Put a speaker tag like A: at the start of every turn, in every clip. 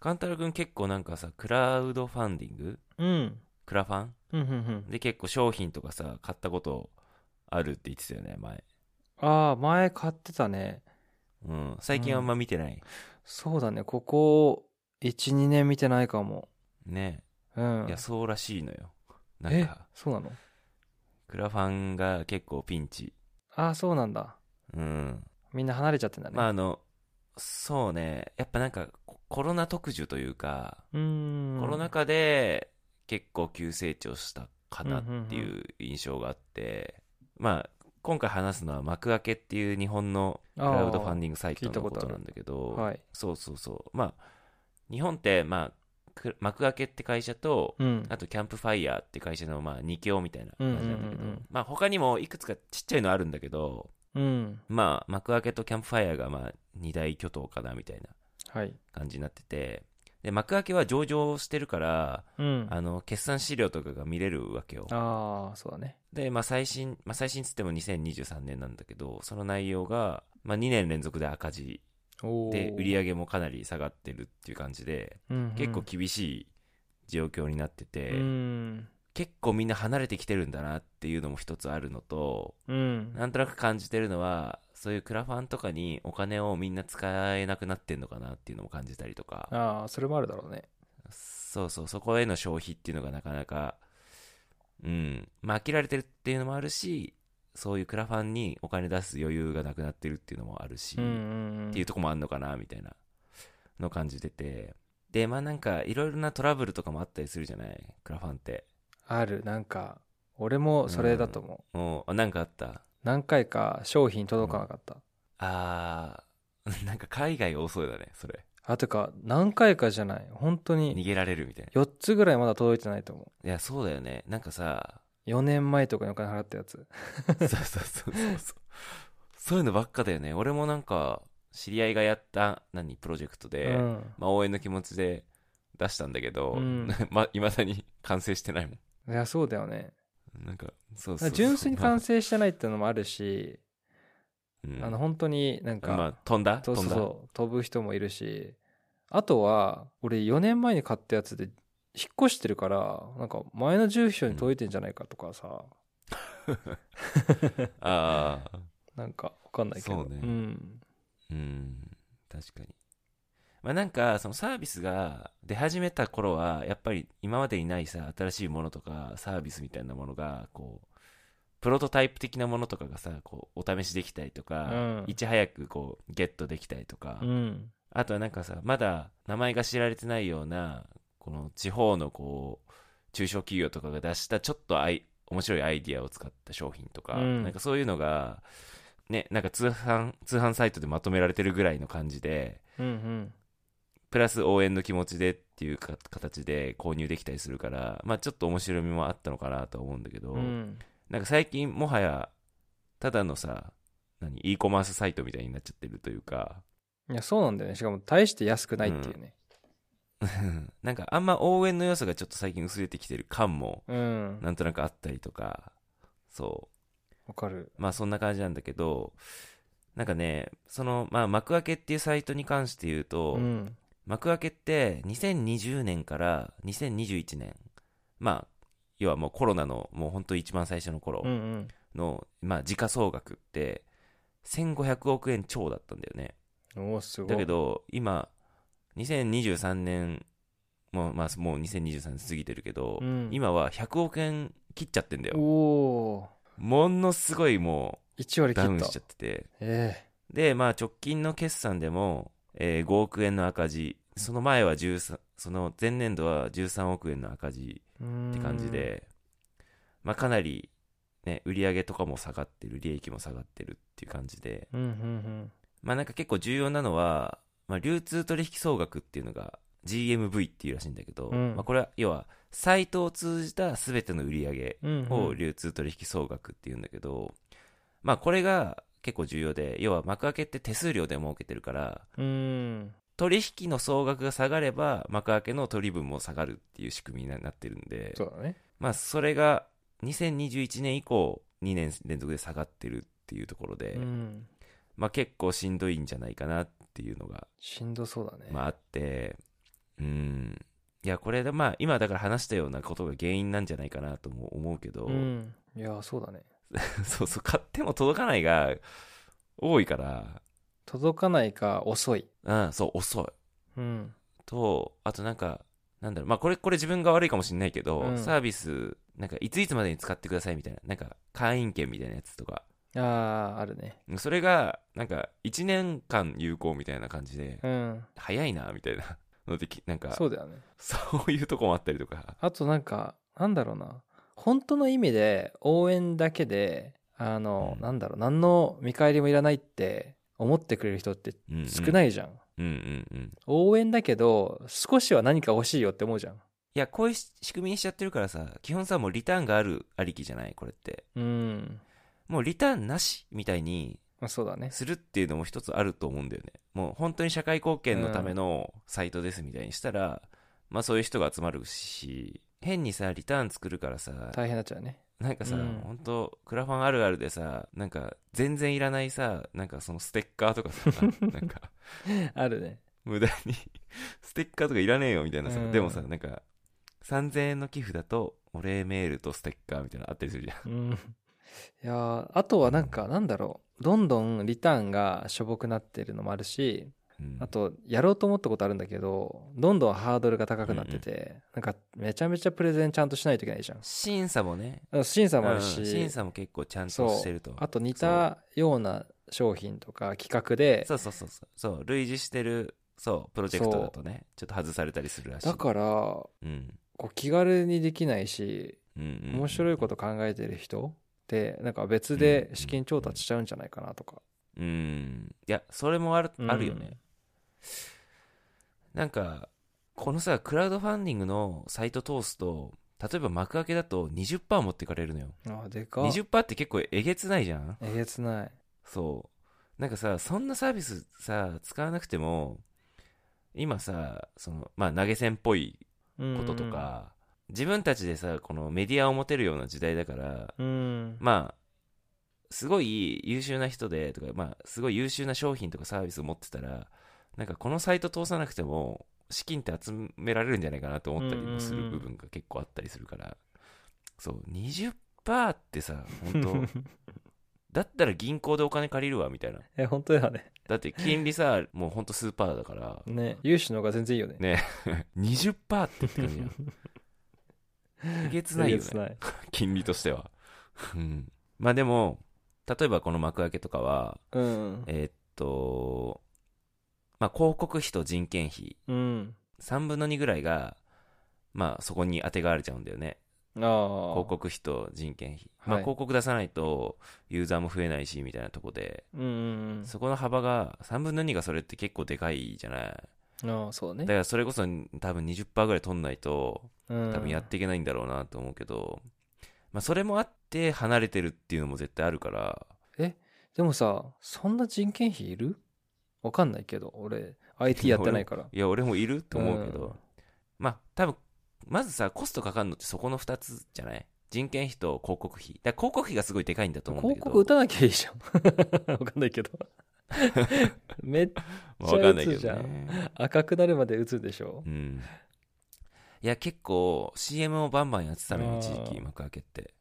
A: カンタル君結構なんかさクラウドファンディング
B: うん。
A: クラファン
B: うん、うん、うん。
A: で結構商品とかさ買ったことあるって言ってたよね前、
B: ああ、前買ってたね。
A: うん、最近あんま見てない、
B: そうだね。ここ、1、2年見てないかも。
A: ね
B: うん。
A: いやそうらしいのよなん
B: え
A: か、
B: そうなの
A: クラファンが結構ピンチ
B: ああ、そうなんだ。
A: うん
B: みんな離れちゃってんだね。
A: まああのそうねやっぱなんかココロナ特需というか、
B: うーん。
A: コロナ禍で結構急成長したかなっていう印象があって、まあ今回話すのは幕開けっていう日本のクラウドファンディングサイトのことなんだけど、
B: はい。
A: そうそうそうまあ日本って、まあ、く幕開けって会社と、
B: うん。
A: あとキャンプファイヤーって会社のまあ2強みたいな感じなんだけど、
B: うんうんうんうん
A: まあ他にもいくつかちっちゃいのあるんだけど
B: うん。
A: まあ幕開けとキャンプファイヤーがまあ2大巨頭かなみたいな
B: はい。
A: 感じになっててで幕開けは上場してるから
B: うん。
A: あの決算資料とかが見れるわけよ
B: ああ、そうだね。
A: で、まあ、最新、まあ、最新つっても2023年なんだけどその内容が、まあ、2年連続で赤字
B: おー
A: で売り上げもかなり下がってるっていう感じで
B: うんうん
A: 結構厳しい状況になってて、
B: うん。
A: 結構みんな離れてきてるんだなっていうのも一つあるのと
B: うん。
A: なんとなく感じてるのはそういうクラファンとかにお金をみんな使えなくなってんのかなっていうのも感じたりとか
B: ああ、それもあるだろうね。
A: そうそうそこへの消費っていうのがなかなかうんまあ飽きられてるっていうのもあるしそういうクラファンにお金出す余裕がなくなってるっていうのもあるし、
B: うんうんうん。
A: っていうとこもあんのかなみたいなの感じててでまあなんかいろいろなトラブルとかもあったりするじゃないクラファンって
B: ある。なんか、俺もそれだと思う。
A: もうなんかあった
B: 何回か商品届かなかった。
A: あー なんか海外多そうだねそれ
B: あ、てか、何回かじゃない。本当
A: 逃
B: に、
A: げられるみたいな
B: 4つぐらいまだ届いてないと思
A: いやそうだよねなんか さ
B: う。4年前とかにお金払ったやつ。
A: そうそうそうそうそうそういうのばっかだよね俺もなんか知り合いがやった何プロジェクトで、
B: うん。
A: まあ、応援の気持ちで出したんだけど、
B: うん
A: まいまだに完成してないも
B: いや、そうだよね。
A: んなんかそう
B: だか
A: そう
B: ら純粋に完
A: 成、
B: 成してないっていうのもあるし、
A: うん
B: あの、本当になんか、
A: まあ、飛んだ
B: そう
A: 飛
B: そ
A: ん
B: う
A: だ
B: そう飛ぶ人もいるしあとは俺4年前に買ったやつで引っ越してるからなんか前の住所に届いてんじゃないかとかさ、
A: ああ
B: なんか分かんないけ
A: そ
B: ど
A: うね
B: ん、
A: うん確かにまあなんかそのサービスが出始めた頃はやっぱり今までにないさ新しいものとかサービスみたいなものがこうプロトタイプ的なものとかがさこうお試しできたりとか、
B: うん
A: いち早くこうゲットできたりとか、
B: うん、
A: あとはなんかさまだ名前が知られてないようなこの地方のこう中小企業とかが出したちょっとあい面白いアイディアを使った商品とか、
B: うん
A: なんかそういうのがねなんか通販通販サイトでまとめられてるぐらいの感じで
B: うんうん
A: プラス応援の気持ちでっていうか形で購入できたりするからまあちょっと面白みもあったのかなとは思うんだけど、
B: うん
A: なんか最近もはやただのさ何 e コマースサイトみたいになっちゃってるというか
B: いやそうなんだよねしかも大して安くないっていうね
A: うんなんかあんま応援の要素がちょっと最近薄れてきてる感も
B: うんわ、
A: なんとなくあったりとかそ
B: かる
A: うまあそんな感じなんだけどなんかねその、まあ、幕開けっていうサイトに関して言うと、
B: うん
A: 幕開けって2020年から2021年まあ要はもうコロナのもう本当一番最初の頃
B: うんうん
A: の、まあ時価総額って1500億円超だったんだよね
B: おおすごい
A: だけど今2023年もう,、まあ、もう2023年過ぎてるけど、
B: うん
A: 今は100億円切っちゃってんだ
B: お
A: よ
B: お
A: ものすごいも
B: 1割
A: うダウ
B: 切っ
A: ン
B: た
A: しちゃってて
B: え
A: でまあ直近の決算でも、えー5億円の赤字その前は13その前年度は13億円の赤字
B: えうん
A: って感じで、まあかなりね売上とかも下がってる利益も下がってるっていう感じで、
B: うんうん
A: まあなんか結構重要なのは、まあ、流通取引総額っていうのが GMV っていうらしいんだけど、
B: うん
A: まあこれは要はサイトを通じた全ての売り上げ
B: うんうん
A: を流通取引総額っていうんだけど、まあこれが結構重要で要は幕開けって手数料で儲けてるから
B: うん
A: 取引の総額が下がれば幕開けの取り分も下がるっていう仕組みになってるんで
B: そうだね
A: まあそれが2021年以降2年連続で下がってるっていうところで、
B: うん
A: まあ結構しんどいんじゃないかなっていうのが
B: しんどそうだね
A: まあ、あって、うん。いや、これで、まあ、今だから話したようなことが原因なんじゃないかなとも思うけど、
B: うん。いや、そうだね。
A: そうそう、買っても届かないが多いから、
B: 届かないか遅い。
A: うん、そう、遅い。
B: うん。
A: と、あとなんか、なんだろう、まあ、これ、これ自分が悪いかもしれないけど、
B: うん
A: サービス、なんか、いついつまでに使ってくださいみたいな、なんか、会員権みたいなやつとか、
B: ああ、あるね。
A: それが、なんか、1年間有効みたいな感じで、
B: うん。
A: 早いな、みたいなので、きなんか、
B: そうだよね。
A: そういうとこもあったりとか、
B: あとなんか、なんだろうな。本当の意味で応援だけで、あの、
A: うん
B: なんだろう、何の見返りもいらないって思ってくれる人って
A: うんうん、
B: 少ないじゃん。
A: うんうんうん。
B: 応援だけど、少しは何か欲しいよって思うじゃん。
A: いや、こういうし仕組みにしちゃってるからさ、基本さ、もうリターンがあるありきじゃない、これって。
B: うん。
A: もうリターンなしみたいに
B: まあ、そうだね。
A: するっていうのも一つあると思うんだよね。もう本当に社会貢献のためのサイトですみたいにしたら、まあそういう人が集まるし、変にさ、リターン作るからさ、
B: 大変になっちゃうね。
A: なんかさ、
B: うん
A: 本当クラファンあるあるでさ、なんか全然いらないさ、なんかそのステッカーとか さ、なんか
B: あるね。
A: 無駄にステッカーとかいらねえよみたいなさ、
B: うん
A: でもさ、なんか3000円の寄付だとお礼メールとステッカーみたいなのあったりするじゃん。
B: うん。いやーあとはなんか、なんだろう。どんどんリターンがしょぼくなってるのもあるし、
A: うん
B: あと、やろうと思ったことあるんだけど、どんどんハードルが高くなってて、なんか、めちゃめちゃプレゼンちゃんとしないといけないじゃん。
A: 審査もね、
B: あの審査もある
A: う
B: し、
A: ん審査も結構ちゃんとしてると
B: あと似たような商品とか企画で、
A: そうそうそうそうそう類似してるそうプロジェクトだとねちょっと外されたりするらしい
B: だから、こ
A: うん
B: う気軽にできないし、
A: うんうん、
B: 面白いこと考えてる人で、なんか別で資金調達しちゃうんじゃないかなとか。
A: うんいやそれもある,、
B: うん
A: あるよねなんかこのさクラウドファンディングのサイト通すと例えば幕開けだと20%持ってかれるのよ
B: ああ、でか。
A: 20%って結構えげつないじゃん
B: えげつない。
A: そうなんかさそんなサービスさ使わなくても今さそのまあ投げ銭っぽいこととか、自分たちでさこのメディアを持てるような時代だから
B: うん。うん。
A: まあすごい優秀な人でとか、まあ、すごい優秀な商品とかサービスを持ってたらなんかこのサイト通さなくても資金って集められるんじゃないかなと思ったりもす
B: うんう
A: る
B: んうん
A: 部分が結構あったりするから、そう20%ってさ本当だったら銀行でお金借りるわみたいな
B: え、本当だよね。
A: だって金利さもうほんと数パーだから
B: ね、融資の方が全然いいよね。
A: ね20%ってって感じやんえげつない
B: え
A: よ
B: げ
A: ね
B: つない。
A: 金利としては。うんまあでも、例えばこの幕開けとかは、
B: うん。
A: えーっと、まあ広告費と人件費、
B: うん。
A: 3分の2ぐらいが、まあそこに当てがわれちゃうんだよね。
B: ああ。
A: 広告費と人件費。まあ
B: はい
A: 広告出さないとユーザーも増えないし、みたいなとこで、
B: うんうん
A: そこの幅が、3分の2がそれって結構でかいじゃない。
B: うん。ああ、そうだ
A: だ
B: ね。
A: からそれこそ多分20%ぐらい取んないと、
B: うん。
A: 多分やっていけないんだろうなと思うけど、まあ、それもあって離れてるっていうのも絶対あるから
B: でもさ、そんな人件費いるわかんないけど、俺、IT やってないから。
A: いや俺もいると思うけど、
B: うん
A: まあ多分まずさコストかかるのってそこの2つじゃない人件費と広告費だから広告費がすごいでかいんだと思うんだ
B: 広
A: けど
B: 告打たなきゃいいじゃん。わ かんないけど。めっち
A: まあ、わかんないけどね
B: ゃ赤くなるまで打つでしょ
A: う。んいや結構 CM をバンバンやってたの
B: あー
A: よ一時期幕開けって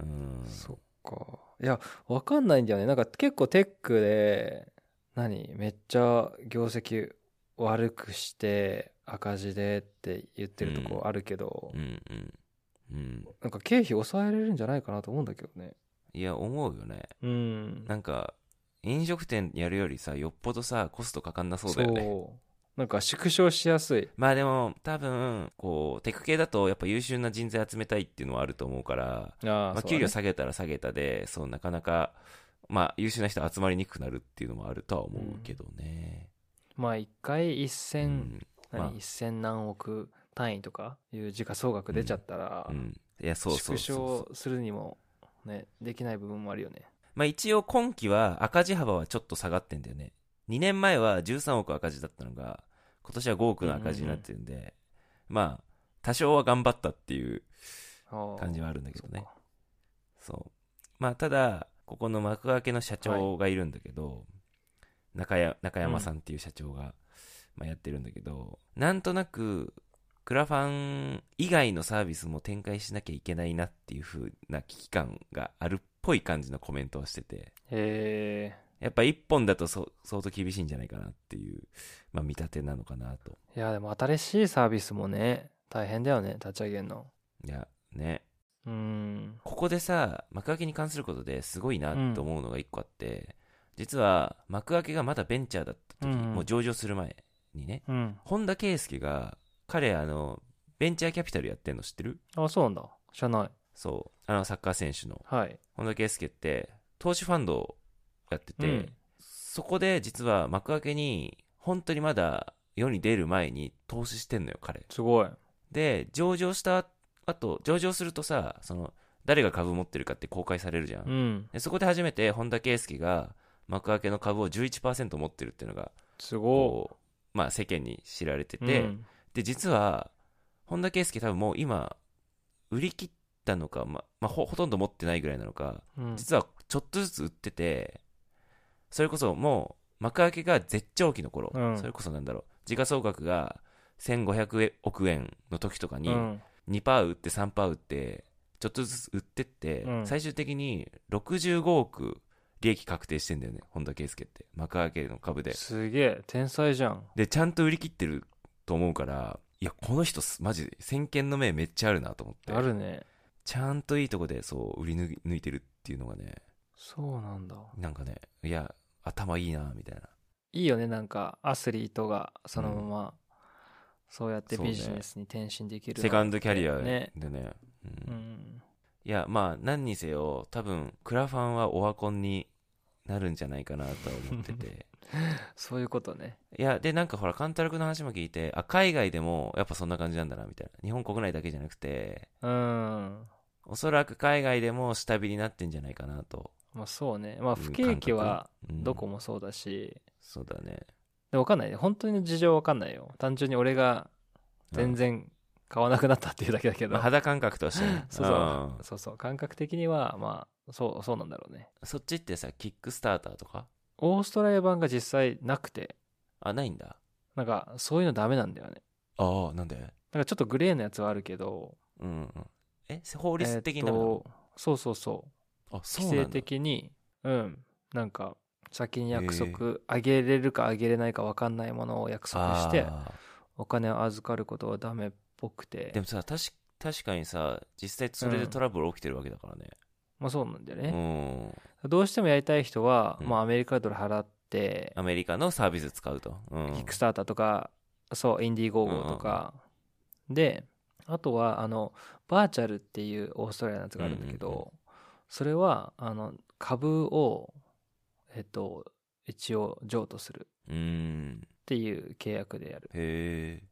A: うん
B: そっか。いや、わかんないんだよね。なんか結構テックで、何めっちゃ業績悪くして赤字でって言ってるとこあるけど、
A: うんうんうん
B: なんか経費抑えられるんじゃないかなと思うんだけどね。
A: いや思うよね
B: うん。
A: なんか飲食店やるよりさよっぽどさコストかかんなそうだよね
B: そうなんか縮小しやすい。
A: まあでも多分こうテク系だとやっぱ優秀な人材集めたいっていうのはあると思うから
B: あ、ま
A: まあ、給料下げたら下げたでそうなかなかまあ優秀な人集まりにくくなるっていうのもあるとは思うけどね、
B: まあ一回一
A: う
B: 千、
A: ん
B: 何、
A: まあ
B: 一千何億単位とかいう時価総額出ちゃったら、
A: うん、いやそうそうそうそう
B: 縮小するにもね、できない部分もあるよね。
A: まあ一応今期は赤字幅はちょっと下がってんだよね。2年前は13億赤字だったのが、今年は5億の赤字になってるんで、まあ、多少は頑張ったっていう感
B: 感
A: じはあるんだけどね。そう。まあただ、ここの幕開けの社長がいるんだけど、中や中山さんっていう社長が、まあ、やってるんだけど、なんとなく、クラファン以外のサービスも展開しなきゃいけないなっていう風な危機感があるっぽい感じのコメントをしてて、
B: へ
A: やっぱ一本だとそ相当厳しいんじゃないかなっていう、まあ、見立てなのかなと。
B: えいやでも新しいサービスもね大変だよね立ち上げるの
A: いや、ね。
B: うん
A: ここでさ、幕開けに関することですごいなと思うのが一個あって、実は幕開けがまだベンチャーだった時、
B: うんうん
A: もう上場する前にね、
B: うん
A: 本田圭佑が、彼あの、ベンチャーキャピタルやってんの知ってる
B: あそうなんだ知らない
A: そう。あの、サッカー選手の。
B: はい
A: 本田圭佑って、投資ファンドをやってて、
B: うん
A: そこで実は幕開けに、本当にまだ世に出る前に投資してんのよ、彼。
B: すごい
A: で、上場した後、上場するとさ、その、誰が株持ってるかって公開されるじゃん。
B: うん
A: でそこで初めて本田圭佑が幕開けの株を11%持ってるっていうのが、
B: すご
A: こう、まあ世間に知られて
B: い
A: て、
B: うん
A: で実は本田圭佑多分もう今売り切ったのか、ままあ、ほほとんど持ってないぐらいなのか
B: うん
A: 実はちょっとずつ売っててそれこそもう幕開けが絶頂期の頃、
B: うん
A: それこそなんだろう時価総額が1500億円の時とかに
B: うん
A: 2%売って3%売ってちょっとずつ売ってって、
B: うん
A: 最終的に65億利益確定してんだよね本田圭佑って幕開けの株です
B: げえ天才じゃん
A: でちゃんと売り切ってると思うからいやこの人すマジで先見の目めっちゃあるなと思って
B: あるね
A: ちゃんといいとこでそう売り抜抜いてるっていうのがね
B: そうなんだ
A: なんかねいや頭いいなみたいない
B: いよねなんかアスリートがそのまま、そうやって
A: そうね
B: ビジネスに転身できる
A: セカンドキャリアでね
B: ね
A: うん
B: うん
A: いやまあ何にせよ多分クラファンはオワコンになるんじゃないかなとは思ってて
B: そういうことね
A: いやでなんかほら勘太郎君の話も聞いてあ海外でもやっぱそんな感じなんだなみたいな日本国内だけじゃなくて
B: うん
A: おそらく海外でも下火になってんじゃないかなと、
B: まあそうねまあ
A: うん
B: 不景気は
A: うん
B: どこもそうだし、
A: そうだね
B: でわかんないね本当に事情わかんないよ単純に俺が全然買わなくなったっていうだけだけ
A: うん
B: ど、
A: まあ、肌感覚としてね
B: そう
A: うん
B: そうそうそう感覚的にはまあそうそうなんだろうね
A: そっちってさキックスターターとか
B: オーストラリア版が実際なくて
A: あないんだ
B: なんかそういうのダメなんだよね
A: ああなんで
B: なんかちょっとグレーのやつはあるけど
A: うんうんえ法律的にダメな
B: えー
A: の
B: っ、とそうそうそう
A: あそう
B: 規
A: なんだ
B: 制的にうんなんか先に約束あげれるかあげれないか分かんないものを約束して
A: あ
B: お金を預かることはダメっぽく
A: ーで
B: て
A: もさ確確かにさ実際それでトラブル起きてるわけだからね
B: まあそうなんだよ
A: う
B: ね、
A: ん、
B: どうしてもやりたい人は、
A: うん
B: まあアメリカドル払って
A: アメリカのサービス使うと、うん、
B: キックスターターとかそうインディーゴーゴーとか、であとはあのバーチャルっていうオーストラリアのやつがあるんだけど、
A: うんうんう
B: それはあの株をえっと一応譲渡する
A: うん
B: っていう契約でやる
A: へえ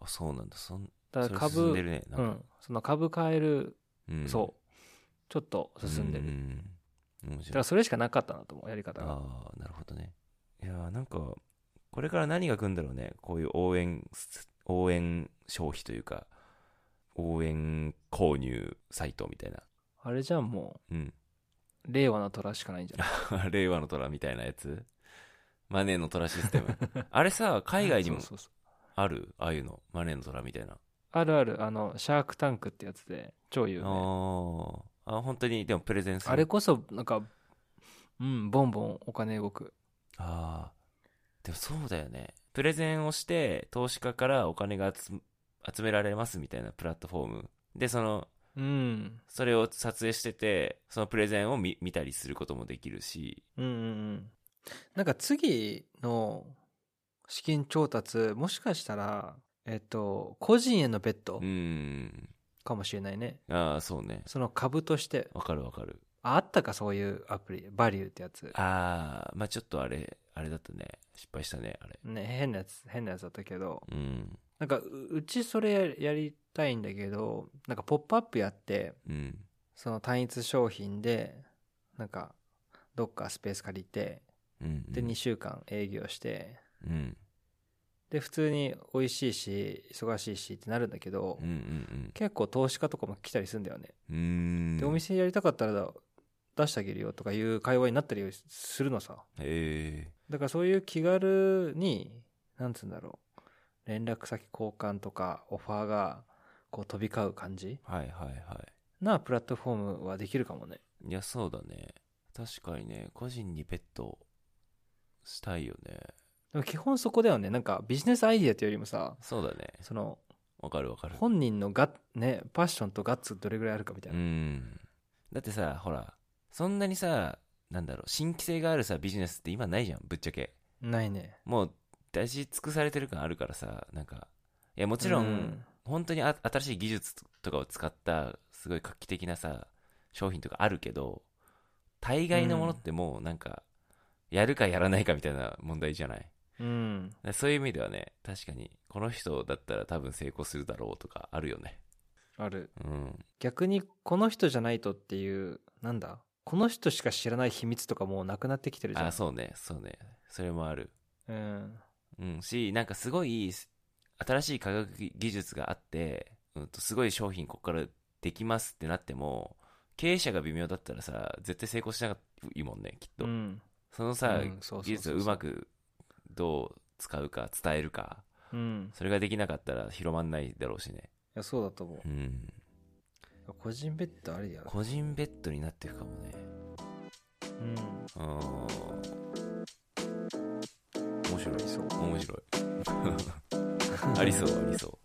A: あそうなんだそん
B: だから
A: それ進ん
B: 株
A: でるねなんか
B: うん、その株買える、
A: うん
B: そうちょっと
A: うん
B: 進んでる、
A: うん面
B: だか
A: 白い
B: らそれしかなかったなと思うやり方が
A: ああなるほどねいやーなんかこれから何が来るんだろうねこういう応援す応援消費というか応援購入サイトみたいな
B: あれじゃんも
A: うん
B: う令和の虎しかないんじゃない
A: 令和の虎みたいなやつマネーの虎システ ムあれさ海外にも
B: そうそうそう
A: あるああいうのマネーの虎みたいな、
B: あるあるあのシャークタンクってやつで超有
A: あ
B: 名
A: ーあ本当にでもプレゼンする
B: あれこそなんかうんボンボンお金動く
A: ああでもそうだよねプレゼンをして投資家からお金が集集められますみたいなプラットフォームでその
B: うん
A: それを撮影してて、そのプレゼンを見見たりすることもできるし、
B: うんうんうんなんか次の資金調達もしかしたらえっと個人へのベッド
A: うーん、
B: かもしれないね、
A: ああ、そうね。
B: その株として
A: わかるわかる。
B: ああったかそういうアプリバリューってやつ
A: ああ、まあちょっとあれ、あれだったね。失敗したね、あれ。
B: ね変なやつ変なやつだったけど
A: うん、
B: なんかううちそれややりたいんだけどなんか「ポップアップやって
A: うん、
B: その単一商品でなんかどっかスペース借りて
A: うん。
B: で2週間営業して
A: うん、
B: で普通に美味しいし忙しいしってなるんだけど
A: うん、うん、
B: 結構投資家とかも来たりするんだよね
A: うん。うーん。
B: でお店やりたかったら出してあげるよとかいう会話になったりするのさ
A: へえ。
B: だからそういう気軽になんつうんだろう。連絡先交換とか、オファーが、こう飛び交う感じ
A: はいはいは
B: なプラットフォームはできるかもね。
A: い。いや、そうだね。確かにね、個人にベットしたいよね。
B: でも基本そこだよね。なんかビジネスアイディアというよりもさ、
A: そうだね。
B: その、
A: わかるわかる。
B: 本人のガッ、ね、パッションとガッツどれぐらいあるかみたいうな。
A: ん。だってさ、ほら、そんなにさ、なんだろう、新規性があるさ、ビジネスって今ないじゃん、ぶっちゃけ。
B: ないね。
A: もう、出し尽くされてる感あるからさ、なんか、いや、もちろん、
B: うん
A: 本当にあ新しい技術とかを使った、すごい画期的なさ、商品とかあるけど、大概のものってもうなんか、やるかやらないかみたいな問題じゃない。
B: うん。
A: だそういう意味ではね、確かに、この人だったら多分成功するだろうとかあるよね。
B: ある。
A: うん。
B: 逆にこの人じゃないとっていう、なんだこの人しか知らない秘密とかもうなくなってきてるじゃん。
A: あ、そうね、そうね。それもある。
B: うん。
A: うん、し、なんかすごい、新しい科学技術があって、うん、とすごい商品ここからできますってなっても、経営者が微妙だったらさ、絶対成功しなかったいもんね、きっと。
B: うん。
A: そのさ、
B: うんそうそうそうそう
A: 技術をうまくどう使うか、伝えるか、
B: うん。
A: それができなかったら広まんないだろうしね。
B: いや、そうだと思う。
A: うん。
B: 個人ベッドありだよね。
A: 個人ベッドになっていくかもね。
B: うん。
A: うん。面白い
B: あり。そう。
A: 面白い。ありそう、ありそう。